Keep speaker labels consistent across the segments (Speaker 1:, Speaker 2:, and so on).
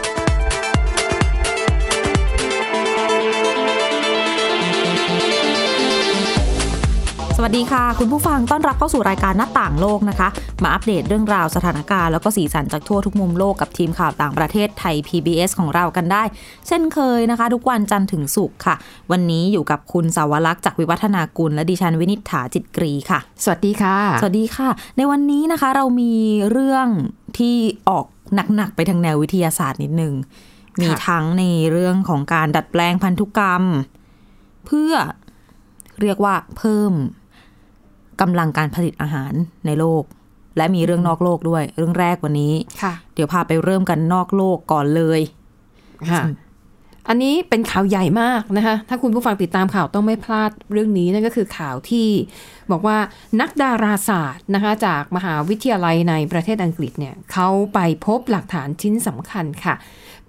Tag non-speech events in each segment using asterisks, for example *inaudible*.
Speaker 1: สวัสดีค่ะ คุณผู้ฟังต้อนรับเข้าสู่รายการหน้าต่างโลกนะคะ มาอัปเดตเรื่องราวสถานการณ์ แล้วก็สีสันจากทั่วทุกมุมโลกกับทีมข่าวต่างประเทศไทย PBS ของเรากันได้ เช่นเคยนะคะ ทุกวันจันทร์ถึงศุกร์ค่ะ วันนี้อยู่กับคุณสาวรักษ์จากวิวัฒนากุลและดิฉันวินิษฐาจิตกรีค่ะ
Speaker 2: สวัสดีค่ะ
Speaker 1: สวัสดีค่ะ ในวันนี้นะคะเรามีเรื่องที่ออกหนัก ๆ ไปทางแนววิทยาศาสตร์นิดนึง มีทั้งในเรื่องของการดัดแปลงพันธุกรรม เพื่อเรียกว่าเพิ่มกำลังการผลิตอาหารในโลก และมีเรื่องนอกโลกด้วย เรื่องแรกวันนี้
Speaker 2: ค่ะ
Speaker 1: เดี๋ยวพาไปเริ่มกันนอกโลกก่อนเลย
Speaker 2: ค่ะ อันนี้เป็นข่าวใหญ่มากนะคะ ถ้าคุณผู้ฟังติดตามข่าวต้องไม่พลาดเรื่องนี้นั่นก็คือข่าวที่บอกว่านักดาราศาสตร์นะคะจากมหาวิทยาลัยในประเทศอังกฤษเนี่ยเขาไปพบหลักฐานชิ้นสำคัญค่ะ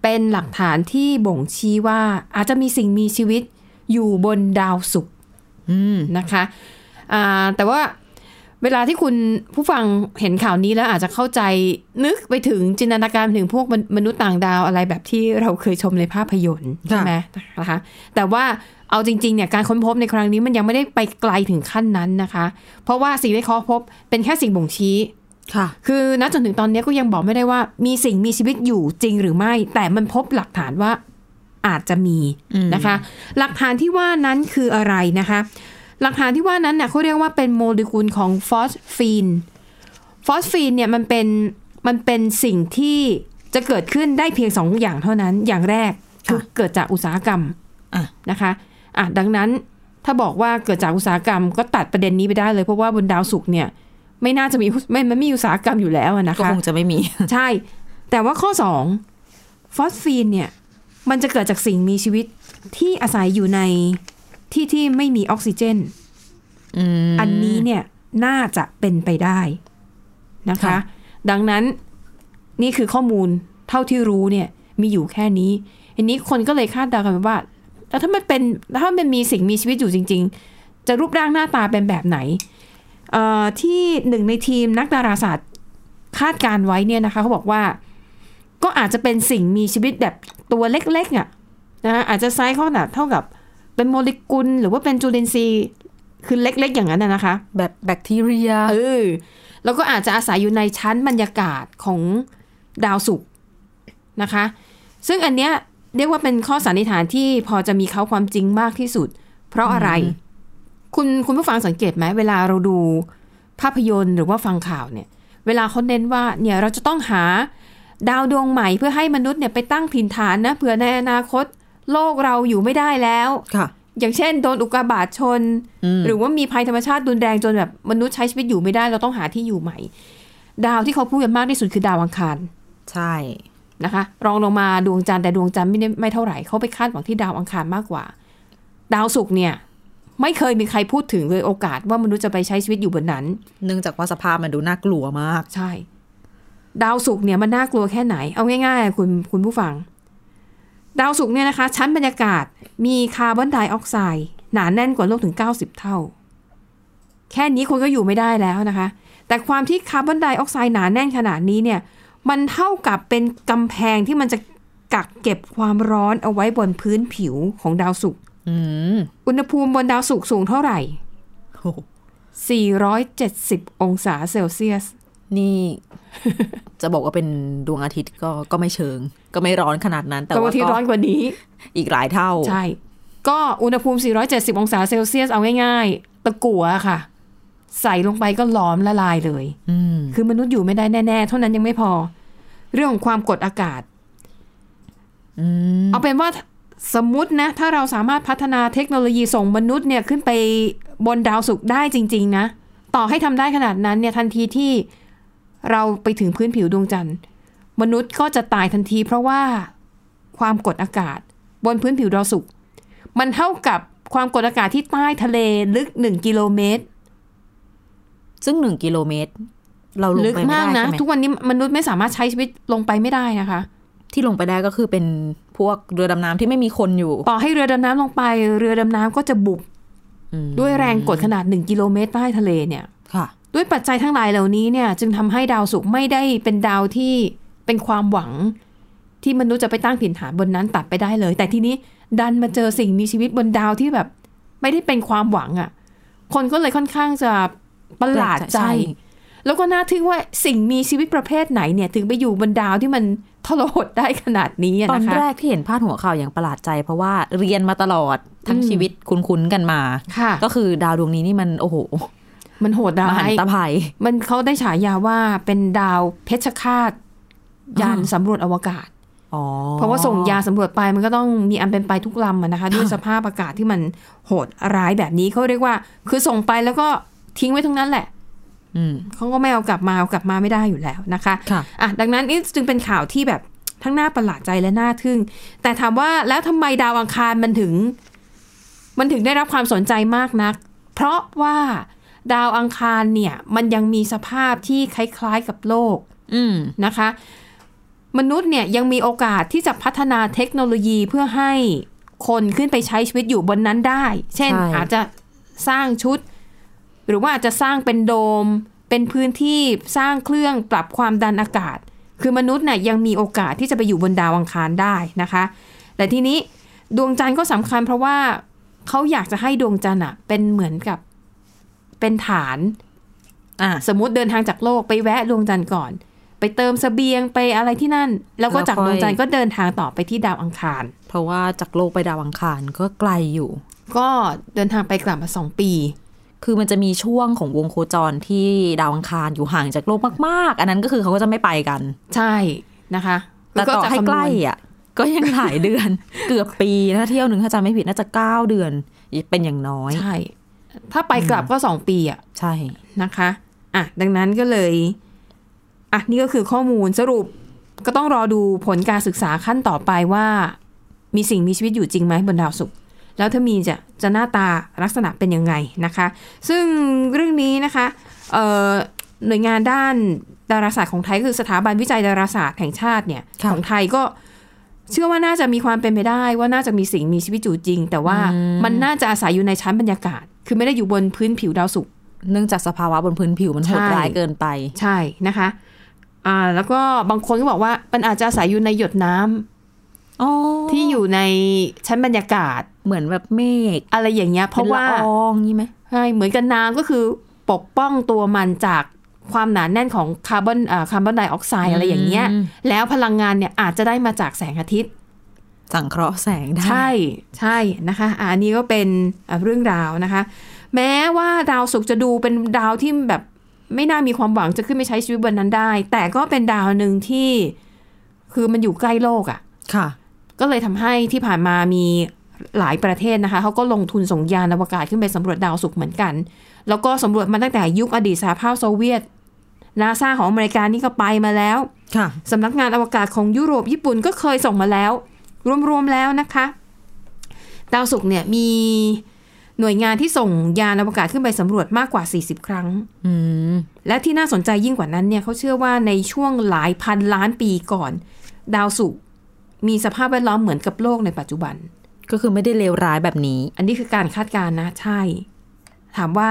Speaker 2: เป็นหลักฐานที่บ่งชี้ว่าอาจจะมีสิ่งมีชีวิตอยู่บนดาวศุกร์
Speaker 1: อืม
Speaker 2: นะคะอ่าแต่ว่าเวลาที่คุณผู้ฟังเห็นข่าวนี้แล้วอาจจะเข้าใจนึกไปถึงจินตนาการถึงพวกมนมนุษย์ต่างดาวอะไรแบบที่เราเคยชมในภาพยนตร์ใช่ไหมนะคะแต่ว่าเอาจริงๆเนี่ยการค้นพบในครั้งนี้มันยังไม่ได้ไปไกลถึงขั้นนั้นนะคะ เพราะว่าสิ่งที่ค้นพบเป็นแค่สิ่งบ่งชี้
Speaker 1: ค่ะ
Speaker 2: คือณจนถึงตอนนี้ก็ยังบอกไม่ได้ว่ามีสิ่งมีชีวิตอยู่จริงหรือไม่ แต่มันพบหลักฐานว่าอาจจะมี
Speaker 1: อืม
Speaker 2: นะคะ หลักฐานที่ว่านั้นคืออะไรนะคะ หลักฐานที่ว่านั้นเนี่ยเขาเรียกว่าเป็นโมเลกุลของฟอสฟีน ฟอสฟีนเนี่ยมันเป็นมันเป็นสิ่งที่จะเกิดขึ้นได้เพียงสองอย่างเท่านั้น อย่างแรกคือเกิดจากอุตสาหกรรม
Speaker 1: อ่ะ
Speaker 2: นะคะอ่ะดังนั้นถ้าบอกว่าเกิดจากอุตสาหกรรมก็ตัดประเด็นนี้ไปได้เลย เพราะว่าบนดาวศุกร์เนี่ย ไม่น่าจะมีไม่มันไม่มีอุตสาหกรรมอยู่แล้วอะนะ
Speaker 1: ก็
Speaker 2: คะ
Speaker 1: คงจะไม่มี
Speaker 2: *laughs* ใช่ แต่ว่าข้อสองฟอสฟีนเนี่ย มันจะเกิดจากสิ่งมีชีวิตที่อาศัยอยู่ในที่ที่ไม่มีออกซิเจน
Speaker 1: อืม
Speaker 2: อันนี้เนี่ยน่าจะเป็นไปได้นะคะ
Speaker 1: ค่ะ
Speaker 2: ดังนั้นนี่คือข้อมูลเท่าที่รู้เนี่ยมีอยู่แค่นี้อันนี้คนก็เลยคาดเดากันไปว่าแล้วถ้ามันเป็นถ้ามันมีสิ่งมีชีวิตอยู่จริง ๆ จะรูปร่างหน้าตาเป็นแบบไหนเอ่อที่หนึ่งในทีมนักดาราศาสตร์คาดการไว้เนี่ยนะคะเขาบอกว่าก็อาจจะเป็นสิ่งมีชีวิตแบบตัวเล็กๆอ่ะนะคะอาจจะไซส์ขนาดเท่ากับเป็นโมเลกุล หรือว่าเป็นจุลินทรีย์ คือเล็กๆ อย่างนั้นนะนะคะ
Speaker 1: แบบแบคทีเรีย
Speaker 2: เออ แล้วก็อาจจะอาศัยอยู่ในชั้นบรรยากาศของดาวศุกร์นะคะ ซึ่งอันเนี้ยเรียกว่าเป็นข้อสันนิษฐานที่พอจะมีเขาความจริงมากที่สุด เพราะอะไร คุณคุณผู้ฟังสังเกตไหมเวลาเราดูภาพยนตร์หรือว่าฟังข่าวเนี่ย เวลาเขาเน้นว่าเนี่ยเราจะต้องหาดาวดวงใหม่เพื่อให้มนุษย์เนี่ยไปตั้งถิ่นฐานนะเผื่อในอนาคตโลกเราอยู่ไม่ได้แล้ว
Speaker 1: ค่ะ
Speaker 2: อย่างเช่นโดนอุกกาบาตชน
Speaker 1: อืม
Speaker 2: หรือว่ามีภัยธรรมชาติรุนแรงจนแบบมนุษย์ใช้ชีวิตอยู่ไม่ได้เราต้องหาที่อยู่ใหม่ ดาวที่เขาพูดกันมากที่สุดคือดาวอังคาร
Speaker 1: ใช่
Speaker 2: นะคะ รองลงมาดวงจันทร์แต่ดวงจันทร์ไม่ได้ไม่เท่าไหร่เขาไปคาดหวังที่ดาวอังคารมากกว่า ดาวศุกร์เนี่ย ไม่เคยมีใครพูดถึงเลยโอกาสว่ามนุษย์จะไปใช้ชีวิตอยู่บนนั้น
Speaker 1: เนื่องจากว่าสภาพมันดูน่ากลัวมาก
Speaker 2: ใช่ ดาวศุกร์เนี่ยมันน่ากลัวแค่ไหน เอาง่ายๆ คุณคุณผู้ฟัง ดาวศุกร์เนี่ยนะคะ ชั้นบรรยากาศมีคาร์บอนไดออกไซด์หนาแน่นกว่าโลกถึง 90 เท่า แค่นี้คนก็อยู่ไม่ได้แล้วนะคะ แต่ความที่คาร์บอนไดออกไซด์หนาแน่นขนาดนี้เนี่ย มันเท่ากับเป็นกำแพงที่มันจะกักเก็บความร้อนเอาไว้บนพื้นผิวของดาวศุกร์
Speaker 1: อืม
Speaker 2: อุณหภูมิบนดาวศุกร์สูงเท่าไหร่
Speaker 1: โอ้โห
Speaker 2: 470 องศาเซลเซียส
Speaker 1: นี่ *laughs* จะบอกว่าเป็นดวงอาทิตย์ก็ก็ไม่เชิง ก็ไม่ร้อนขนาดนั้น แต่
Speaker 2: แต่
Speaker 1: ว่า
Speaker 2: ว่าที่
Speaker 1: ก็
Speaker 2: ร้อนกว่านี้
Speaker 1: อีกหลายเท่า
Speaker 2: ใช่ ก็อุณหภูมิ 470 องศาเซลเซียส เอาง่ายๆ ตะกั่วค่ะ ใส่ลงไปก็หล้อมละลายเลย
Speaker 1: อืม
Speaker 2: คือมนุษย์อยู่ไม่ได้แน่ ๆ เท่านั้นยังไม่พอ เรื่องของความกดอากาศ
Speaker 1: อืม
Speaker 2: เอาเป็นว่าสมมตินะ ถ้าเราสามารถพัฒนาเทคโนโลยีส่งมนุษย์เนี่ยขึ้นไปบนดาวศุกร์ได้จริง ๆ นะ ต่อให้ทำได้ขนาดนั้นเนี่ยทันทีที่เราไปถึงพื้นผิวดวงจันทร์มนุษย์ก็จะตายทันที เพราะว่าความกดอากาศ บนพื้นผิวดาวศุกร์มันเท่ากับความกดอากาศที่ใต้ทะเลลึก 1 กิโลเมตร
Speaker 1: ซึ่งหนึ่งกิโลเมตร เราลง
Speaker 2: ลึก
Speaker 1: ไปไม่
Speaker 2: มาก
Speaker 1: ได้
Speaker 2: นะ
Speaker 1: ใช่ไหม
Speaker 2: ทุกวันนี้มนุษย์ไม่สามารถใช้ชีวิตลงไปไม่ได้นะคะ
Speaker 1: ที่ลงไปได้ก็คือเป็นพวกเรือดำน้ำที่ไม่มีคนอยู่
Speaker 2: ต่อให้เรือดำน้ำลงไป เรือดำน้ำก็จะบุบ
Speaker 1: อืม
Speaker 2: ด้วยแรงกดขนาด 1 กิโลเมตรใต้ทะเลเนี่ย
Speaker 1: ค่ะ
Speaker 2: ด้วยปัจจัยทั้งหลายเหล่านี้เนี่ย จึงทำให้ดาวศุกร์ไม่ได้เป็นดาวที่เป็นความหวัง ที่มนุษย์จะไปตั้งถิ่นฐานบนนั้นตัดไปได้เลย แต่ทีนี้ดันมาเจอสิ่งมีชีวิตบนดาวที่แบบ ไม่ได้เป็นความหวังอะ่ะ คนก็เลยค่อนข้างจะประหลาดใจ แล้วก็น่าทึ่งว่าสิ่งมีชีวิตประเภทไหนเนี่ย ถึงไปอยู่บนดาวที่มันทรหดได้ขนาดนี้อะ
Speaker 1: ตอน
Speaker 2: นะคะ
Speaker 1: แรกที่เห็นพาดหัวข่าวอย่างประหลาดใจ เพราะว่าเรียนมาตลอดทั้ง
Speaker 2: อืม
Speaker 1: ชีวิตคุ้นๆกันมา
Speaker 2: ค่ะ
Speaker 1: ก็คือดาวดวงนี้นี่มันโอ้โห
Speaker 2: มันโหด
Speaker 1: ม
Speaker 2: ร้า
Speaker 1: หัน
Speaker 2: ย
Speaker 1: ตภัย
Speaker 2: มันเขาได้ฉายาว่าเป็นดาวเพชฌฆาตยาน
Speaker 1: อ่า
Speaker 2: สำรวจอวกาศ
Speaker 1: อ๋อ
Speaker 2: เพราะว่าส่งยาสำรวจไปมันก็ต้องมีอันเป็นไปทุกลำอะนะคะ ด้วยสภาพอากาศที่มันโหดร้ายแบบนี้เขาเรียกว่า คือส่งไปแล้วก็ทิ้งไว้ทั้งนั้นแหละ
Speaker 1: อืม
Speaker 2: เขาก็ไม่เอากลับมาเอากลับมาไม่ได้อยู่แล้วนะคะ
Speaker 1: ค่ะ
Speaker 2: อ่ะดังนั้นนี่จึงเป็นข่าวที่แบบทั้งน่าประหลาดใจและน่าทึ่ง แต่ถามว่าแล้วทำไมดาวอังคารมันถึง มันถึงได้รับความสนใจมากนัก เพราะว่าดาวอังคารเนี่ยมันยังมีสภาพที่คล้ายๆกับโลก
Speaker 1: อืม
Speaker 2: นะคะ มนุษย์เนี่ยยังมีโอกาสที่จะพัฒนาเทคโนโลยีเพื่อให้คนขึ้นไปใช้ชีวิตอยู่บนนั้นได้ เช่นอาจจะสร้างชุด หรือว่าอาจจะสร้างเป็นโดม เป็นพื้นที่สร้างเครื่องปรับความดันอากาศ คือมนุษย์เนี่ยยังมีโอกาสที่จะไปอยู่บนดาวอังคารได้นะคะ แต่ทีนี้ดวงจันทร์ก็สำคัญเพราะว่าเขาอยากจะให้ดวงจันทร์อะเป็นเหมือนกับเป็นฐาน
Speaker 1: อ่ะ
Speaker 2: สมมติเดินทางจากโลกไปแวะดวงจันทร์ก่อน ไปเติมเสบียงไปอะไรที่นั่น แล้วก็
Speaker 1: แล้ว
Speaker 2: จาก
Speaker 1: ค่อย
Speaker 2: ดวงจันทร์ก็เดินทางต่อไปที่ดาวอังคาร
Speaker 1: เพราะว่าจากโลกไปดาวอังคารก็ไกลอยู่
Speaker 2: ก็เดินทางไปกลับมาสองปี
Speaker 1: คือมันจะมีช่วงของวงโคจรที่ดาวอังคารอยู่ห่างจากโลกมากๆ อันนั้นก็คือเขาก็จะไม่ไปกัน
Speaker 2: ใช่นะคะ
Speaker 1: แต่ต่อ
Speaker 2: จะ
Speaker 1: ให้
Speaker 2: คำนวณ
Speaker 1: ใกล้อ่ะ ก็ยังหลายเดือน
Speaker 2: *laughs*
Speaker 1: เกือบปีถ้าเที่ยวหนึ่งถ้าจำไม่ผิดน่าจะเก้าเดือนเป็นอย่างน้อย
Speaker 2: ใช่ ถ้าไปกลับก็สองปีอะ
Speaker 1: ใช่
Speaker 2: นะคะอ่ะดังนั้นก็เลยอ่ะนี่ก็คือข้อมูลสรุปก็ต้องรอดูผลการศึกษาขั้นต่อไปว่า มีสิ่งมีชีวิตอยู่จริงไหมบนดาวศุกร์ แล้วถ้ามีจะจะหน้าตาลักษณะเป็นยังไงนะคะ ซึ่งเรื่องนี้นะคะเอ่อหน่วยงานด้านดาราศาสตร์ของไทยคือสถาบันวิจัยดาราศาสตร์แห่งชาติเนี่ยของไทยก็เชื่อว่าน่าจะมีความเป็นไปได้ว่าน่าจะมีสิ่งมีชีวิตอยู่จริง แต่ว่ามันน่าจะอาศัยอยู่ในชั้นบรรยากาศ คือไม่ได้อยู่บนพื้นผิวดาวศุกร์
Speaker 1: เนื่องจากสภาวะบนพื้นผิวมันโหด
Speaker 2: ใช่
Speaker 1: ร้ายเกินไป
Speaker 2: ใช่นะคะอ่าแล้วก็บางคนก็บอกว่ามันอาจจะอาศัยอยู่ในหยดน้ำ
Speaker 1: อ๋อ
Speaker 2: ที่อยู่ในชั้นบรรยากาศ
Speaker 1: เหมือนแบบเมฆ
Speaker 2: อะไรอย่างเงี้ยเพราะว่า
Speaker 1: ป็นลอองนี่ไหม
Speaker 2: ใช่เหมือนกันน้ำก็คือปกป้องตัวมันจากความหนาแน่นของคาร์บอนอ่าคาร์บอนไดออกไซด์อะไรอย่างเงี้ย
Speaker 1: อืม
Speaker 2: แล้วพลังงานเนี่ยอาจจะได้มาจากแสงอาทิตย์
Speaker 1: สังเคราะห์แสงได้
Speaker 2: ใช่ใช่นะคะอะอันนี้ก็เป็นอ่ะเรื่องราวนะคะ แม้ว่าดาวศุกร์จะดูเป็นดาวที่แบบไม่น่ามีความหวังจะขึ้นไปใช้ชีวิตบนนั้นได้ แต่ก็เป็นดาวหนึ่งที่คือมันอยู่ใกล้โลกอ่ะ
Speaker 1: ค่ะ
Speaker 2: ก็เลยทำให้ที่ผ่านมามีหลายประเทศนะคะเขาก็ลงทุนส่งยานอวกาศขึ้นไปสำรวจดาวศุกร์เหมือนกัน แล้วก็สำรวจมาตั้งแต่ยุคอดีตสหภาพโซเวียตนาซาของอเมริกานี่ก็ไปมาแล้ว
Speaker 1: ค่ะ
Speaker 2: สำนักงานอวกาศของยุโรปญี่ปุ่นก็เคยส่งมาแล้ว รวมๆแล้วนะคะ ดาวศุกร์เนี่ยมีหน่วยงานที่ส่งยานอวกาศขึ้นไปสำรวจมากกว่า 40 ครั้ง
Speaker 1: อืม
Speaker 2: และที่น่าสนใจยิ่งกว่านั้นเนี่ยเขาเชื่อว่าในช่วงหลายพันล้านปีก่อน ดาวศุกร์มีสภาพแวดล้อมเหมือนกับโลกในปัจจุบัน
Speaker 1: ก็คือไม่ได้เลวร้ายแบบนี้
Speaker 2: อันนี้คือการคาดการณ์นะใช่ ถามว่า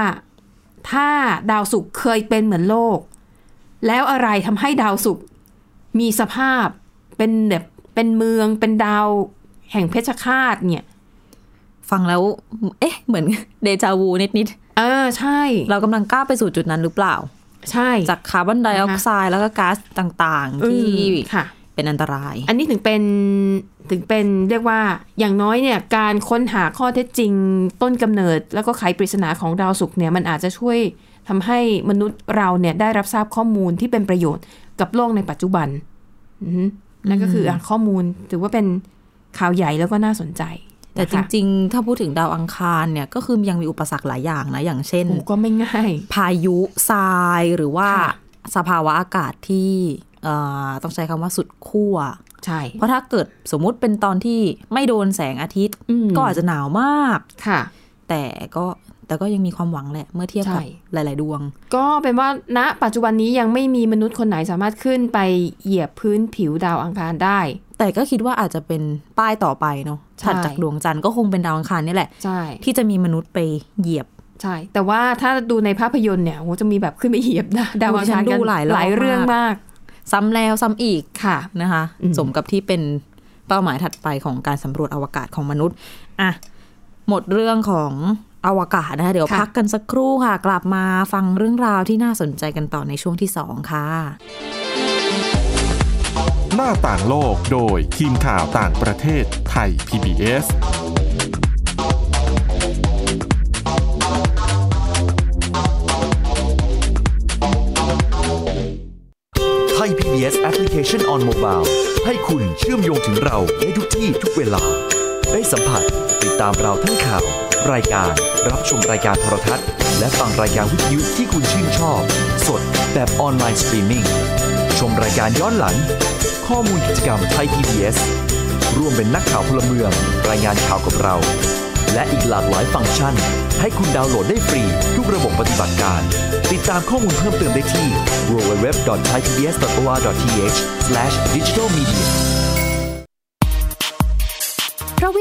Speaker 2: ถ้าดาวศุกร์เคยเป็นเหมือนโลก แล้วอะไรทำให้ดาวศุกร์มีสภาพเป็นแบบเป็นเมืองเป็นดาวแห่งเพชฌฆาตเนี่ย
Speaker 1: ฟังแล้ว เอ๊ะ เหมือน *laughs* เดจาวูนิด
Speaker 2: เออใช่
Speaker 1: ๆ เรากำลังก้าวไปสู่จุดนั้นหรือเปล่า
Speaker 2: ใช่
Speaker 1: จากคาร์บอนไดออกไซด์แล้วก็ก๊าซต่างๆ
Speaker 2: อื
Speaker 1: ที่
Speaker 2: มค่ะ
Speaker 1: เป็นอันตราย
Speaker 2: อันนี้ถึงเป็นถึงเป็นเรียกว่าอย่างน้อยเนี่ยการค้นหาข้อเท็จจริงต้นกำเนิด แล้วก็ไขปริศนาของดาวศุกร์เนี่ยมันอาจจะช่วยทำให้มนุษย์เราเนี่ยได้รับทราบข้อมูลที่เป็นประโยชน์กับโลกในปัจจุบันอือฮึนั่นก็คืออ่ะข้อมูลถือว่าเป็นข่าวใหญ่แล้วก็น่าสนใจ
Speaker 1: แต่จริงๆ ถ้าพูดถึงดาวอังคารเนี่ย ก็คือยังมีอุปสรรคหลายอย่างนะ อย่างเช่น
Speaker 2: ๆผมก็ไม่ง่าย
Speaker 1: พายุทรายหรือว่า
Speaker 2: ค่ะ
Speaker 1: สภาวะอากาศที่เอ่อต้องใช้คำว่าสุดขั้ว
Speaker 2: ใช่
Speaker 1: เพราะถ้าเกิดสมมุติเป็นตอนที่ไม่โดนแสงอาทิตย์
Speaker 2: อืม
Speaker 1: ก็อาจจะหนาวมาก
Speaker 2: ค่ะ
Speaker 1: แต่ก็แต่ก็ยังมีความหวังแหละ เมื่อเทียบกับ
Speaker 2: ใช่
Speaker 1: หลาย ๆ ดวง
Speaker 2: ก็เป็นว่าณปัจจุบันนี้ยังไม่มีมนุษย์คนไหนสามารถขึ้นไปเหยียบพื้นผิวดาวอังคารได้
Speaker 1: แต่ แต่ก็คิดว่าอาจจะเป็นป้ายต่อไปเนาะ
Speaker 2: ใช่
Speaker 1: ถัดจากดวงจันทร์ก็คงเป็นดาวอังคารนี่แหละ
Speaker 2: ใช่
Speaker 1: ที่จะมีมนุษย์ไปเหยียบ
Speaker 2: ใช่ แต่ว่าถ้าดูในภาพยนตร์เนี่ยโหจะมีแบบขึ้นไปเหยียบนะดาวอังคาร
Speaker 1: โอ้ยฉันดูหลายรอบ
Speaker 2: หลายเรื่องมาก
Speaker 1: ซ้ำแล้วซ้ำอีก
Speaker 2: ค่ะ
Speaker 1: นะคะ
Speaker 2: อืม
Speaker 1: สมกับที่เป็นเป้าหมายถัดไปของการสำรวจอวกาศของมนุษย์อ่ะหมดเรื่องของอวกาศนะคะเดี๋ยว
Speaker 2: ค่ะ
Speaker 1: พักกันสักครู่ค่ะ กลับมาฟังเรื่องราวที่น่าสนใจกันต่อในช่วงที่สองค่ะ
Speaker 3: หน้าต่างโลกโดยทีมข่าวต่างประเทศไทย PBS
Speaker 4: ไทย PBS Application on Mobile ให้คุณเชื่อมโยงถึงเราได้ทุกที่ทุกเวลา ได้สัมผัสติดตามเราทั้งข่าว รายการ รับชมรายการโทรทัศน์ และฟังรายการวิทยุที่คุณชื่นชอบ สดแบบออนไลน์สตรีมมิ่งชมรายการย้อนหลัง ข้อมูลกิจกรรมไทย PBS ร่วมเป็นนักข่าวพลเมือง รายงานข่าวกับเรา และอีกหลากหลายฟังก์ชัน ให้คุณดาวน์โหลดได้ฟรี ทุกระบบปฏิบัติการ ติดตามข้อมูลเพิ่มเติมได้ที่ www.thaipbs.or.th/digitalmedia
Speaker 5: เพราะว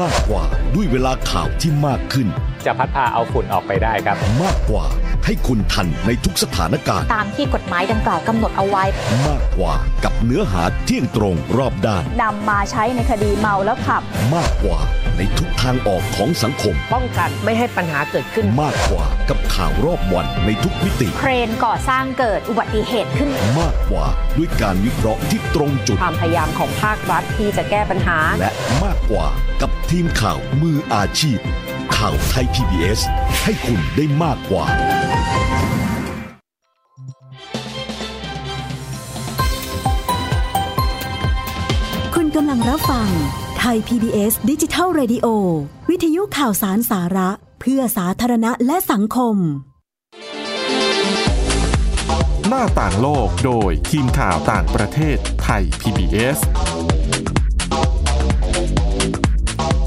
Speaker 6: มากกว่าด้วยเวลาข่าวที่มากขึ้น
Speaker 7: จะพัดพาเอาฝุ่นออกไปได้ครับ
Speaker 6: มากกว่าให้คุณทันในทุกสถานการณ์
Speaker 8: ตามที่กฎหมายดังกล่าวกำหนดเอาไว้
Speaker 6: มากกว่ากับเนื้อหาเที่ยงตรงรอบด้าน
Speaker 8: นำมาใช้ในคดีเมาแล้วขับ
Speaker 6: มากกว่าในทุกทางออกของสังคม
Speaker 9: ป้องกันไม่ให้ปัญหาเกิดขึ้น
Speaker 6: มากกว่ากับข่าวรอบวันในทุกมิติ
Speaker 8: เครนก่อสร้างเกิดอุบัติเหตุขึ้น
Speaker 6: มากกว่าด้วยการวิเคราะห์ที่ตรงจุด
Speaker 9: ความพยายามของภาครัฐที่จะแก้ปัญหา
Speaker 6: และมากกว่ากับทีมข่าวมืออาชีพ ข่าวไทย PBS ให้คุณได้มากกว่า
Speaker 10: คุณกำลังรับฟังไทย PBS ดิจิทัล Radio วิทยุข่าวสารสาระ เพื่อสาธารณะและสังคม
Speaker 3: หน้าต่างโลกโดยทีมข่าวต่างประเทศไทย PBS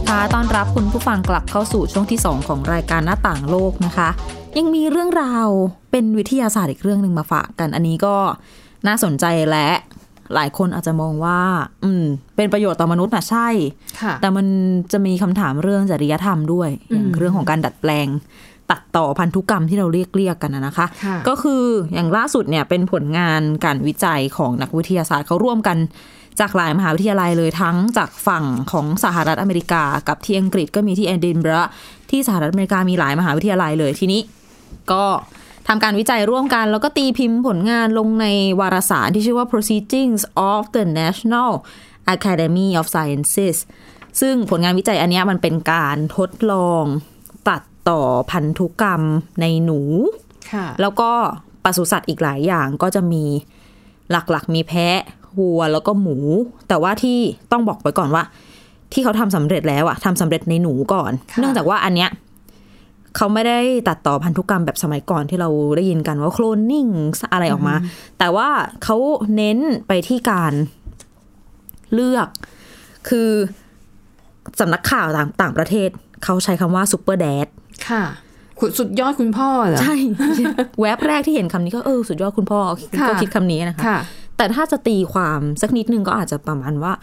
Speaker 1: ค่ะต้อนรับคุณผู้ฟังกลับเข้าสู่ช่วงที่ 2 ของรายการหน้าต่างโลกนะคะ ยังมีเรื่องราวเป็นวิทยาศาสตร์อีกเรื่องหนึ่งมาฝากกันอันนี้ก็น่าสนใจและหลายคนอาจจะมองว่า อืม เป็นประโยชน์ต่อมนุษย์นะใช่
Speaker 2: ค่ะ
Speaker 1: แต่มันจะมีคำถามเรื่องจริยธรรมด้วยอย่างเรื่องของการดัดแปลง ตัดต่อพันธุกรรมที่เราเรียกเรียกกันนะนะคะ
Speaker 2: ค่ะ
Speaker 1: ก็คืออย่างล่าสุดเนี่ยเป็นผลงานการวิจัยของนักวิทยาศาสตร์เขาร่วมกันจากหลายมหาวิทยาลัยเลยทั้งจากฝั่งของสหรัฐอเมริกา กับที่อังกฤษก็มีที่เอดินบะที่สหรัฐอเมริกามีหลายมหาวิทยาลัยเลยทีนี้ ก็ทำการวิจัยร่วมกัน แล้วก็ตีพิมพ์ผลงานลงในวารสารที่ชื่อว่า Proceedings of the National Academy of Sciences ซึ่งผลงานวิจัยอันเนี้ยมันเป็นการทดลองตัดต่อพันธุกรรมในหนู
Speaker 2: ค่ะ
Speaker 1: แล้วก็ปศุสัตว์อีกหลายอย่างก็จะมีหลักๆ มีแพะวัวแล้วก็หมู แต่ว่าที่ต้องบอกไว้ก่อนว่า ที่เขาทำสำเร็จแล้วอะทำสำเร็จในหนูก่อน
Speaker 2: ค่ะ
Speaker 1: เนื่องจากว่าอันเนี้ยเขาไม่ได้ตัดต่อพันธุกรรมแบบสมัยก่อนที่เราได้ยินกันว่าโคลนนิ่งอะไรออกมา แต่ว่าเขาเน้นไปที่การเลือก คือสำนักข่าวต่างต่างประเทศ เขาใช้คำว่าซูเปอร์แดด
Speaker 2: ค่ะคุณสุดยอดคุณพ่อเหรอ
Speaker 1: ใช่ *laughs* แวบแรกที่เห็นคำนี้ก็เออสุดยอดคุณพ่อ
Speaker 2: ค่ะ
Speaker 1: ก็คิดคำนี้นะคะ
Speaker 2: ค่ะ
Speaker 1: แต่ถ้าจะตีความสักนิดนึงก็อาจจะประมาณว่า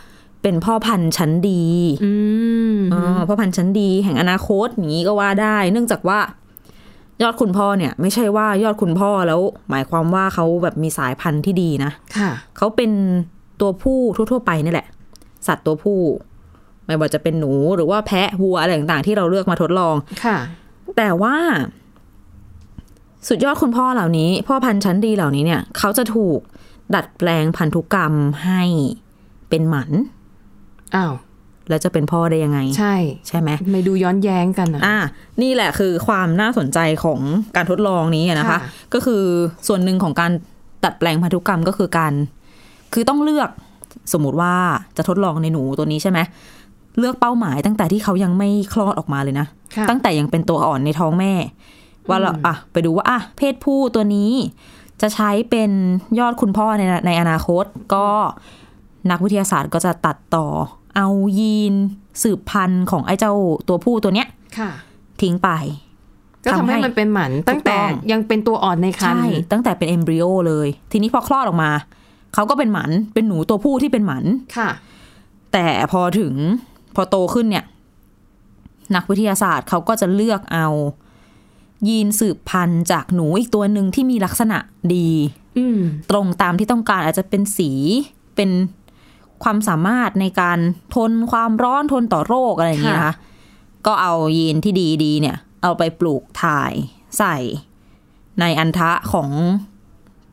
Speaker 1: เป็นพ่อพันธุ์ชั้นดี
Speaker 2: อืม
Speaker 1: เออพ่อพันธุ์ชั้นดีแห่งอนาคตอย่างนี้ก็ว่าได้ เนื่องจากว่า ยอดคุณพ่อเนี่ย ไม่ใช่ว่ายอดคุณพ่อแล้ว หมายความว่าเขาแบบมีสายพันธุ์ที่ดีนะ
Speaker 2: ค่ะ
Speaker 1: เขาเป็นตัวผู้ทั่วๆไปนี่แหละ สัตว์ตัวผู้ ไม่ว่าจะเป็นหนูหรือว่าแพะวัวอะไรต่างๆที่เราเลือกมาทดลอง
Speaker 2: ค่ะ
Speaker 1: แต่ว่าสุดยอดคุณพ่อเหล่านี้ พ่อพันธุ์ชั้นดีเหล่านี้เนี่ย เขาจะถูกดัดแปลงพันธุกรรมให้เป็นหมัน
Speaker 2: อ้าว
Speaker 1: แล้วจะเป็นพ่อได้ยังไง
Speaker 2: ใช่
Speaker 1: ใช่ไหม
Speaker 2: ทำไม่ดูย้อนแย้งกันอ่ะ
Speaker 1: อ่ะนี่แหละคือความน่าสนใจของการทดลองนี้อะนะคะ
Speaker 2: ค่ะ
Speaker 1: ก็คือส่วนหนึ่งของการดัดแปลงพันธุกรรมก็คือการ คือต้องเลือก สมมติว่าจะทดลองในหนูตัวนี้ใช่ไหมเลือกเป้าหมายตั้งแต่ที่เขายังไม่คลอดออกมาเลยนะ
Speaker 2: ค่ะ
Speaker 1: ตั้งแต่ยังเป็นตัวอ่อนในท้องแม่ ว่าเราอ่ะไปดูว่าอ่ะเพศผู้ตัวนี้ จะใช้เป็นยอดคุณพ่อในในอนาคต ก็นักวิทยาศาสตร์ก็จะตัดต่อ เอายีน สืบพันธุ์ของไอ้เจ้าตัวผู้ตัวเนี้ย
Speaker 2: ค่ะ
Speaker 1: ทิ้งไป
Speaker 2: ก็ทำให้มันเป็นหมัน
Speaker 1: ถูกต้อง
Speaker 2: ตั้งแต่ยังเป็นตัวอ่อนในครร
Speaker 1: ใช่
Speaker 2: ภ์
Speaker 1: ตั้งแต่เป็นเอมบริโอเลย ทีนี้พอคลอดออกมา เขาก็เป็นหมันเป็นหนูตัวผู้ที่เป็นหมัน
Speaker 2: ค่ะ
Speaker 1: แต่พอถึงพอโตขึ้นเนี่ย นักวิทยาศาสตร์เขาก็จะเลือกเอา ยีนสืบพันธุ์จากหนูอีกตัวหนึ่งที่มีลักษณะดี
Speaker 2: อืม
Speaker 1: ตรงตามที่ต้องการอาจจะเป็นสีเป็นความสามารถในการทนความร้อนทนต่อโรคอะไรอย่างนี้ยนะ
Speaker 2: ค่ะ
Speaker 1: คะก็เอายีนที่ดีดีๆเนี่ย เอาไปปลูกถ่ายใส่ในอันทะของ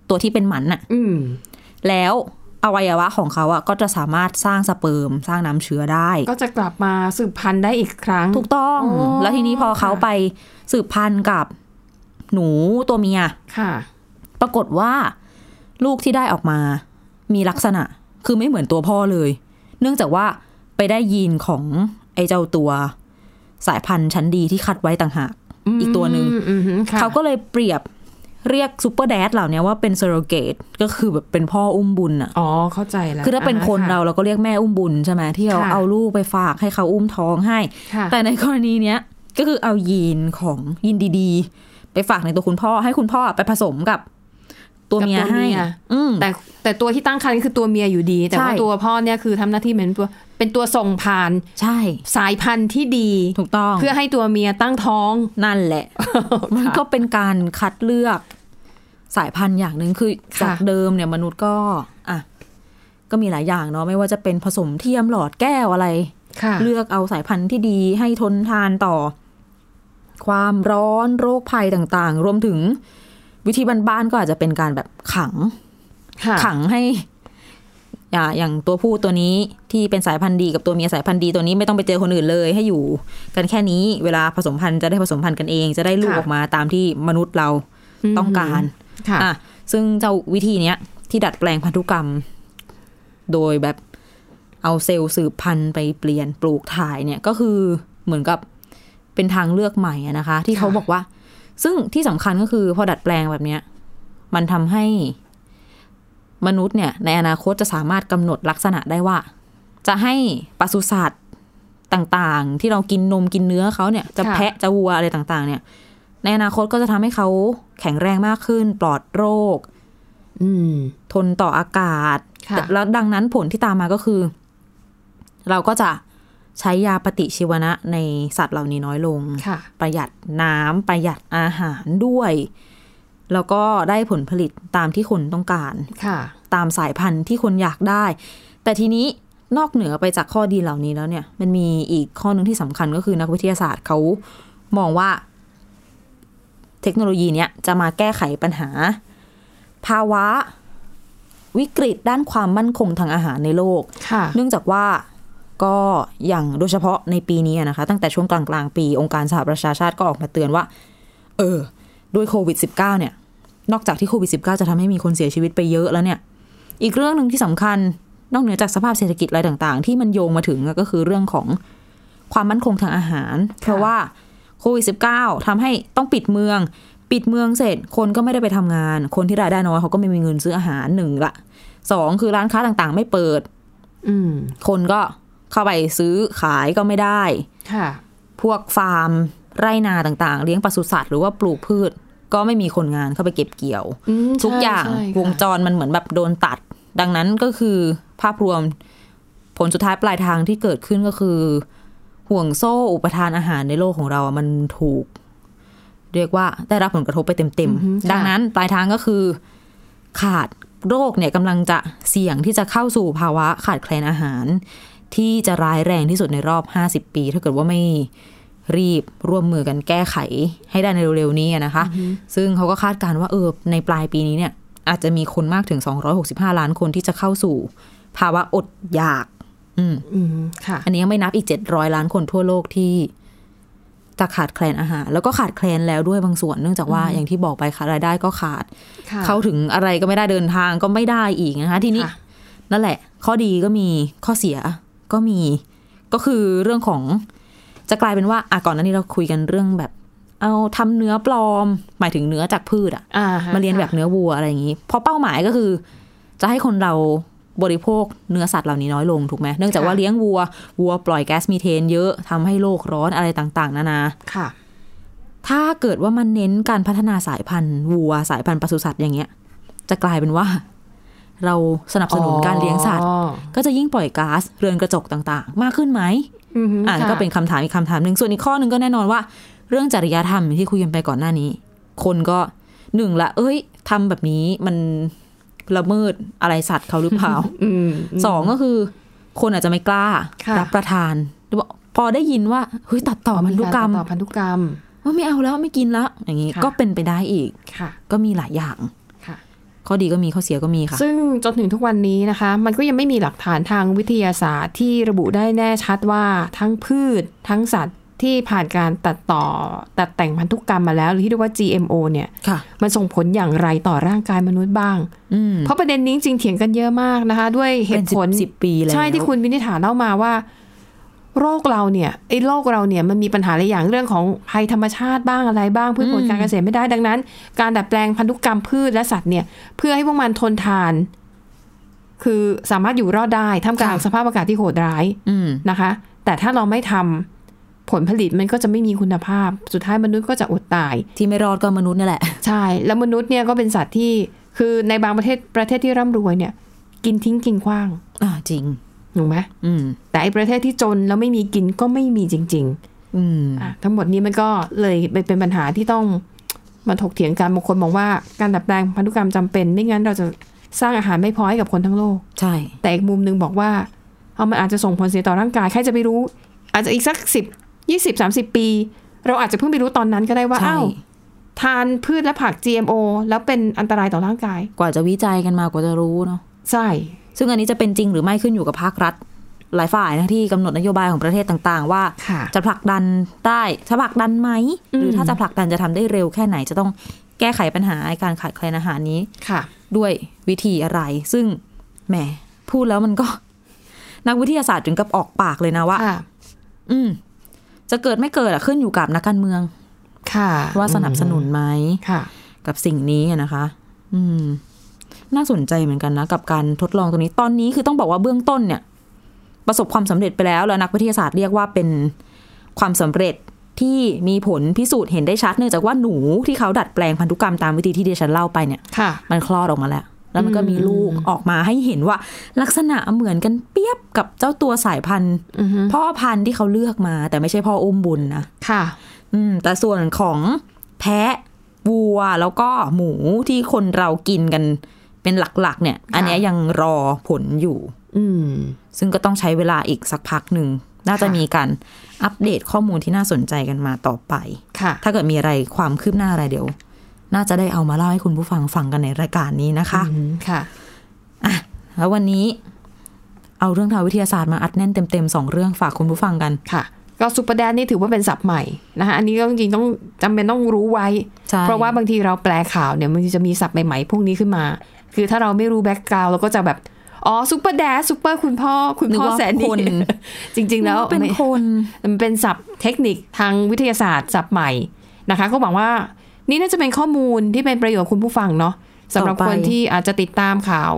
Speaker 1: ตัวที่เป็นหมันน่ะ
Speaker 2: อืม
Speaker 1: แล้วอวัยวะของเขาอะก็จะสามารถสร้างสเปิร์มสร้างน้ำเชื้อได้
Speaker 2: ก็จะกลับมาสืบพันธุ์ได้อีกครั้ง
Speaker 1: ถูกต้อง
Speaker 2: อ๋อ
Speaker 1: แล้วทีนี้พอเขาไปสืบพันธุ์กับหนูตัวเมีย
Speaker 2: ค่ะ
Speaker 1: ปรากฏว่าลูกที่ได้ออกมามีลักษณะ คือไม่เหมือนตัวพ่อเลย เนื่องจากว่าไปได้ยีนของไอ้เจ้าตัว สายพันธุ์ชั้นดีที่คัดไว้ต่างหาก อีกตัวหนึ่ง
Speaker 2: อืมอืมอืมค่ะ
Speaker 1: เขาก็เลยเปรียบเรียกซูเปอร์แดดเหล่าเนี้ยว่าเป็นเซโรเกต ก็คือแบบเป็นพ่ออุ้มบุญอะ
Speaker 2: อ๋อเข้าใจแล้ว
Speaker 1: คือถ้าเป็นคนเรา
Speaker 2: ะ
Speaker 1: เราก็เรียกแม่อุ้มบุญใช่ไหมที่เรา
Speaker 2: ค่ะ
Speaker 1: เอาลูกไปฝากให้เขาอุ้มท้องให้
Speaker 2: ค่ะ
Speaker 1: แต่ในกรณีเนี้ยก็คือเอายีนของยีนดีๆ ไปฝากในตัวคุณพ่อให้คุณพ่อไปผสมกับ ตัวเมีย
Speaker 2: กับ
Speaker 1: ให้ อืม
Speaker 2: แต่แต่ตัวที่ตั้งครรภ์คือตัวเมียอยู่ดี แต่ว่า
Speaker 1: ใช่
Speaker 2: ตัวพ่อเนี่ยคือทำหน้าที่เหมือนตัวเป็นตัวส่งผ่าน
Speaker 1: ใช่
Speaker 2: สายพันธุ์ที่ดี
Speaker 1: ถูกต้อง
Speaker 2: เพื่อให้ตัวเมียตั้งท้อง
Speaker 1: นั่นแหละ มันก็เป็นการคัดเลือกสายพันธุ์อย่างหนึ่งคือ
Speaker 2: ค่ะ
Speaker 1: จากเดิมเนี่ยมนุษย์ก็อ่ะก็มีหลายอย่างเนาะไม่ว่าจะเป็นผสมเทียมหลอดแก้วอะไร
Speaker 2: ค่ะ
Speaker 1: เลือกเอาสายพันธุ์ที่ดีให้ทนทานต่อ ความร้อนโรคภัยต่างๆ รวมถึงวิธีบ้านๆก็อาจจะเป็นการแบบขัง
Speaker 2: ค่ะ
Speaker 1: ขังให้อ่าอย่างตัวผู้ตัวนี้ที่เป็นสายพันธุ์ดีกับตัวเมียสายพันธุ์ดีตัวนี้ไม่ต้องไปเจอคนอื่นเลย ให้อยู่กันแค่นี้ เวลาผสมพันธุ์จะได้ผสมพันธุ์กันเอง จะได้ลูกออกมาตามที่มนุษย์เรา
Speaker 2: ม
Speaker 1: ต้องการ
Speaker 2: ค่ะ
Speaker 1: อ่ะซึ่งเจ้าวิธีเนี้ยที่ดัดแปลงพันธุกรรม โดยแบบเอาเซลล์สืบพันธุ์ไปเปลี่ยนปลูกถ่ายเนี่ยก็คือเหมือนกับเป็นทางเลือกใหม่อะนะคะ ที่เขา
Speaker 2: ค่ะ
Speaker 1: บอกว่า ซึ่งที่สำคัญก็คือพอดัดแปลงแบบเนี้ยมันทำให้มนุษย์เนี่ย ในอนาคตจะสามารถกำหนดลักษณะได้ว่า จะให้ปศุสัตว์ต่างๆ ที่เรากินนมกินเนื้อเขาเนี่ย จะแพะจะวัวอะไรต่างๆ เนี่ย ในอนาคตก็จะทำให้เขาแข็งแรงมากขึ้น ปลอดโรค
Speaker 2: อืม
Speaker 1: ทนต่ออากาศ
Speaker 2: ค่ะ
Speaker 1: แต่แล้วดังนั้นผลที่ตามมาก็คือ เราก็จะใช้ยาปฏิชีวนะในสัตว์เหล่านี้น้อยลง
Speaker 2: ค่ะ
Speaker 1: ประหยัดน้ำประหยัดอาหารด้วย แล้วก็ได้ผลผลิตตามที่คนต้องการ
Speaker 2: ค่ะ
Speaker 1: ตามสายพันธุ์ที่คนอยากได้ แต่ทีนี้นอกเหนือไปจากข้อดีเหล่านี้แล้วเนี่ย มันมีอีกข้อหนึ่งที่สำคัญก็คือนักวิทยาศาสตร์เขามองว่า เทคโนโลยีเนี้ยจะมาแก้ไขปัญหา ภาวะ วิกฤตด้านความมั่นคงทางอาหารในโลก
Speaker 2: ค่ะ
Speaker 1: เนื่องจากว่าก็อย่างโดยเฉพาะในปีนี้นะคะ ตั้งแต่ช่วงกลางกลางๆปีองค์การสหประชาชาติก็ออกมาเตือนว่า เออ ด้วยโควิด -19 เนี่ย นอกจากที่โควิด -19 จะทำให้มีคนเสียชีวิตไปเยอะแล้วเนี่ย อีกเรื่องหนึ่งที่สำคัญ นอกเหนือจากสภาพเศรษฐกิจอะไรต่าง ๆ ที่มันโยงมาถึงก็คือเรื่องของความมั่นคงทางอาหาร เพราะว่าโควิด -19 ทำให้ต้องปิดเมือง ปิดเมืองเสร็จ คนก็ไม่ได้ไปทำงาน คนที่รายได้น้อยเขาก็ไม่มีเงินซื้ออาหารหนึ่งละสองคือร้านค้าต่างๆ ไม่เปิด
Speaker 2: อืม
Speaker 1: คนก็เข้าไปซื้อขายก็ไม่ได้
Speaker 2: ค่ะ
Speaker 1: พวกฟาร์ม ไร่นาต่างๆ เลี้ยงปศุสัตว์หรือว่าปลูกพืช ก็ไม่มีคนงานเข้าไปเก็บเกี่ยว
Speaker 2: อืม
Speaker 1: ทุก
Speaker 2: ใช่
Speaker 1: อย่าง
Speaker 2: ใช่ค่ะ
Speaker 1: วงจรมันเหมือนแบบโดนตัด ดังนั้นก็คือภาพรวมผลสุดท้ายปลายทางที่เกิดขึ้นก็คือ ห่วงโซ่อุปทานอาหารในโลกของเราอะมันถูก เรียกว่าได้รับผลกระทบไปเต็มๆ ดังนั้นปลายทางก็คือ ขาดโรคเนี่ยกำลังจะเสี่ยงที่จะเข้าสู่ภาวะขาดแคลนอาหาร ที่จะร้ายแรงที่สุดในรอบ 50 ปี ถ้าเกิดว่าไม่รีบร่วมมือกันแก้ไขให้ได้ในเร็วๆนี้อะนะคะ ซึ่งเขาก็คาดการณ์ว่าเออในปลายปีนี้เนี่ย อาจจะมีคนมากถึง 265 ล้านคนที่จะเข้าสู่ ภาวะอดอยาก อืม
Speaker 2: อืมค่ะ
Speaker 1: อันนี้ยังไม่นับอีก 700 ล้านคนทั่วโลกที่จะขาดแคลนอาหาร แล้วก็ขาดแคลนแล้วด้วยบางส่วนเนื่องจากว่าอย่างที่บอกไปค่ะรายได้ก็ขาด
Speaker 2: ค่ะ
Speaker 1: เข้าถึงอะไรก็ไม่ได้เดินทางก็ไม่ได้อีกนะคะ ทีนี้
Speaker 2: ค่ะ
Speaker 1: นั่นแหละ ข้อดีก็มีข้อเสียก็มี ก็คือเรื่องของจะกลายเป็นว่าอ่ะก่อนหน้านี้เราคุยกันเรื่องแบบ เอาทำเนื้อปลอม หมายถึงเนื้อจากพืชอะ
Speaker 2: อ่าฮะ
Speaker 1: มาเรียนแบบเนื้อวัวอะไรอย่างนี้ เพราะเป้าหมายก็คือ จะให้คนเราบริโภคเนื้อสัตว์เหล่านี้น้อยลงถูกไหมเนื่องจากว่าเลี้ยงวัว วัวปล่อยแก๊สมีเทนเยอะทำให้โลกร้อนอะไรต่างๆ นานา
Speaker 2: ค่ะ
Speaker 1: ถ้าเกิดว่ามันเน้นการพัฒนาสายพันธุ์วัวสายพันธุ์ปศุสัตว์อย่างเงี้ย จะกลายเป็นว่า เราสนับสนุนการเลี้ยงสัตว์
Speaker 2: อ๋อ
Speaker 1: ก็จะยิ่งปล่อยก๊าซเรือนกระจกต่างๆ มากขึ้นไหม
Speaker 2: อืม
Speaker 1: อ่าน
Speaker 2: ค่ะ
Speaker 1: ก็เป็นคำถามอีกคำถามหนึ่งส่วนอีกข้อหนึ่งก็แน่นอนว่า เรื่องจริยธรรมที่คุยกันไปก่อนหน้านี้ คนก็หนึ่งละ เอ้ยทำแบบนี้มันละเมิดอะไรสัตว์เขาหรือเปล่า
Speaker 2: *laughs* อืมอืม
Speaker 1: สองก็คือ คนอาจจะไม่กล้า
Speaker 2: ค่ะ
Speaker 1: รับประทานหรือว่าพอได้ยินว่าเฮ้ยตัดต่อพันธุกรรม
Speaker 2: ต่อพันธุกรรม
Speaker 1: ว่าไม่เอาแล้วไม่กินแล้วอย่างนี้
Speaker 2: ค่ะ
Speaker 1: ก็เป็นไปได้อีก
Speaker 2: ค่ะ
Speaker 1: ก็มีหลายอย่าง
Speaker 2: ค่ะ
Speaker 1: ข้อดีก็มีข้อเสียก็มีค่ะ
Speaker 2: ซึ่งจนถึงทุกวันนี้นะคะ มันก็ยังไม่มีหลักฐานทางวิทยาศาสตร์ที่ระบุได้แน่ชัดว่าทั้งพืช ทั้งสัตว์ที่ผ่านการตัดต่อตัดแต่งพันธุกรรมมาแล้ว หรือที่เรียกว่า GMO เนี่ย
Speaker 1: ค่ะ
Speaker 2: มันส่งผลอย่างไรต่อร่างกายมนุษย์บ้าง
Speaker 1: อืม
Speaker 2: เพราะประเด็นนี้จริงๆเถียงกันเยอะมากนะคะ ด้วยเห
Speaker 1: เป็นสิ
Speaker 2: ตุผ
Speaker 1: บ
Speaker 2: ล
Speaker 1: สิบปีแล้ว
Speaker 2: ใช่ที่คุณวินิษฐาเล่ามาว่า โรคเราเนี่ยไอ้โรคเราเนี่ยมันมีปัญหาหลายอย่างเรื่องของภัยธรรมชาติบ้างอะไรบ้างพืชผลการเกษตรไม่ได้ดังนั้น การดัดแปลงพันธุกรรมพืชและสัตว์เนี่ย เพื่อให้พวกมันทนทาน คือสามารถอยู่รอดได้ท่ามกลางสภาพอากาศที่โหดร้าย
Speaker 1: อืม
Speaker 2: นะคะ แต่ถ้าเราไม่ทำผลผลิตมันก็จะไม่มีคุณภาพ สุดท้ายมนุษย์ก็จะอดตาย
Speaker 1: ที่ไม่รอดก็มนุษย์นี่แหละ
Speaker 2: ใช่ แล้วมนุษย์เนี่ยก็เป็นสัตว์ที่คือในบางประเทศประเทศที่ร่ำรวยเนี่ย กินทิ้งกินขว้าง
Speaker 1: อ่าจริง
Speaker 2: ถูกไหม
Speaker 1: อืม
Speaker 2: แต่ไอประเทศที่จนแล้วไม่มีกินก็ไม่มีจริง
Speaker 1: อืม
Speaker 2: ๆอ่ะทั้งหมดนี้มันก็เลยเป็นปัญหาที่ต้องมาถกเถียงกันบางคนมองว่าการดัดแปลงพันธุกรรมจำเป็น ไม่งั้นเราจะสร้างอาหารไม่พอให้กับคนทั้งโลก
Speaker 1: ใช่
Speaker 2: แต่อีกมุมหนึงบอกว่า เอามันอาจจะส่งผลเสียต่อร่างกายใครจะไปรู้ อาจจะอีกสักสิบยี่สิบสามสิบปี เราอาจจะเพิ่งไปรู้ตอนนั้นก็ได้ว่า
Speaker 1: ใช่
Speaker 2: อ้าวทานพืชและผัก GMO แล้วเป็นอันตรายต่อร่างกาย
Speaker 1: กว่าจะวิจัยกันมากว่าจะรู้เนาะ
Speaker 2: ใช่
Speaker 1: ซึ่งอันนี้จะเป็นจริงหรือไม่ขึ้นอยู่กับภาครัฐ หลายฝ่ายนะที่กำหนดนโยบายของประเทศต่างๆ ว่า
Speaker 2: ค่ะ
Speaker 1: จะผลักดันได้จะผลักดันไหม
Speaker 2: อื
Speaker 1: ห
Speaker 2: ม
Speaker 1: รือถ้าจะผลักดันจะทำได้เร็วแค่ไหนจะต้องแก้ไขปัญหาการขาดแคลนอาหารนี้
Speaker 2: ค่ะ
Speaker 1: ด้วยวิธีอะไร ซึ่งแหมพูดแล้วมันก็ *laughs* นักวิทยาศาสตร์ถึงกับออกปากเลยนะว่า
Speaker 2: ค่ะ
Speaker 1: อืม จะเกิดไม่เกิดอะขึ้นอยู่กับนักการเมือง
Speaker 2: ค่ะ
Speaker 1: ว่าสนับสนุนไหม
Speaker 2: ค่ะ
Speaker 1: กับสิ่งนี้อะนะคะ อืม น่าสนใจเหมือนกันนะ กับการทดลองตรงนี้ ตอนนี้คือต้องบอกว่าเบื้องต้นเนี่ย ประสบความสำเร็จไปแล้ว แล้วนักวิทยาศาสตร์เรียกว่าเป็นความสำเร็จที่มีผลพิสูจน์เห็นได้ชัด เนื่องจากว่าหนูที่เขาดัดแปลงพันธุกรรมตามวิธีที่เดชันเล่าไปเนี่ย
Speaker 2: ค่ะ
Speaker 1: มันคลอดออกมาแล้ว แล้วมันก็มีลูกออกมาให้เห็นว่า ลักษณะเหมือนกันเปรียบกับเจ้าตัวสายพันธุ์
Speaker 2: อือฮึ
Speaker 1: พ่อพันธุ์ที่เขาเลือกมา แต่ไม่ใช่พ่ออุ้มบุญนะ
Speaker 2: ค่ะ
Speaker 1: อืมแต่ส่วนของแพะวัวแล้วก็หมูที่คนเรากินกันเป็นหลักๆ เนี่ย อันเนี้ยยังรอผลอยู่
Speaker 2: อืม
Speaker 1: ซึ่งก็ต้องใช้เวลาอีกสักพักหนึ่ง น่าจะ
Speaker 2: ค่ะ
Speaker 1: มีการอัปเดตข้อมูลที่น่าสนใจกันมาต่อไป
Speaker 2: ค่ะ
Speaker 1: ถ้าเกิดมีอะไรความคืบหน้าอะไรเดี๋ยว น่าจะได้เอามาเล่าให้คุณผู้ฟังฟังกันในรายการนี้นะคะ
Speaker 2: ค่ะ
Speaker 1: แล้ววันนี้ เอาเรื่องทางวิทยาศาสตร์มาอัดแน่นเต็มๆสองเรื่องฝากคุณผู้ฟังกัน
Speaker 2: ค่ะ ก็ซูเปอร์แดนนี่ถือว่าเป็นศัพท์ใหม่นะคะอันนี้ก็จริงๆต้องจำเป็นต้องรู้ไว้
Speaker 1: ใช่
Speaker 2: เพราะว่าบางทีเราแปลข่าวเนี่ยมันจะมีศัพท์ใหม่ๆพวกนี้ขึ้นมา คือถ้าเราไม่รู้แบ็กกราวเราก็จะแบบ อ๋อซูเปอร์แดนซูเปอร์คุณพ่อคุณ
Speaker 1: นึก
Speaker 2: พ่อ
Speaker 1: ว่า
Speaker 2: แสนดี
Speaker 1: คน
Speaker 2: *laughs* จริง ๆ แล้ว
Speaker 1: นึกาเป็น
Speaker 2: ไม่
Speaker 1: คน
Speaker 2: มันเป็นศัพท์เทคนิคทางวิทยาศาสตร์ศัพท์ใหม่นะคะ ก็หวังว่านี่น่าจะเป็นข้อมูลที่เป็นประโยชน์กับคุณผู้ฟังเนาะสำหรับ
Speaker 1: ต่อไป
Speaker 2: คนที่อาจจะติดตามข่าว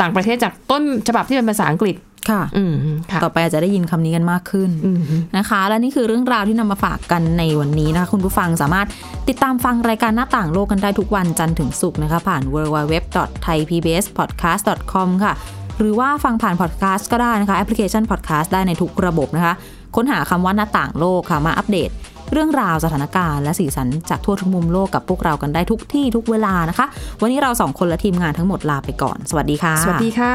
Speaker 2: ต่างประเทศจากต้นฉบับที่เป็นภาษาอังกฤษ
Speaker 1: ค่ะ
Speaker 2: อืมค่ะ
Speaker 1: ต่อไปอาจจะได้ยินคำนี้กันมากขึ้น
Speaker 2: อืม
Speaker 1: นะคะ และนี่คือเรื่องราวที่นำมาฝากกันในวันนี้นะคะ คุณผู้ฟังสามารถติดตามฟังรายการหน้าต่างโลกกันได้ทุกวันจันทร์ถึงศุกร์นะคะ ผ่าน www.thaipbspodcast.com ค่ะ หรือว่าฟังผ่านพอดแคสต์ก็ได้นะคะ แอปพลิเคชันพอดแคสต์ได้ในทุกระบบนะคะ ค้นหาคำว่าหน้าต่างโลกค่ะมาอัปเดต เรื่องราวสถานการณ์และสีสันจากทั่วทุกมุมโลกกับพวกเรากันได้ทุกที่ทุกเวลานะคะ วันนี้เราสองคนและทีมงานทั้งหมดลาไปก่อนสวัสดีค่ะ
Speaker 2: สวัสดีค่ะ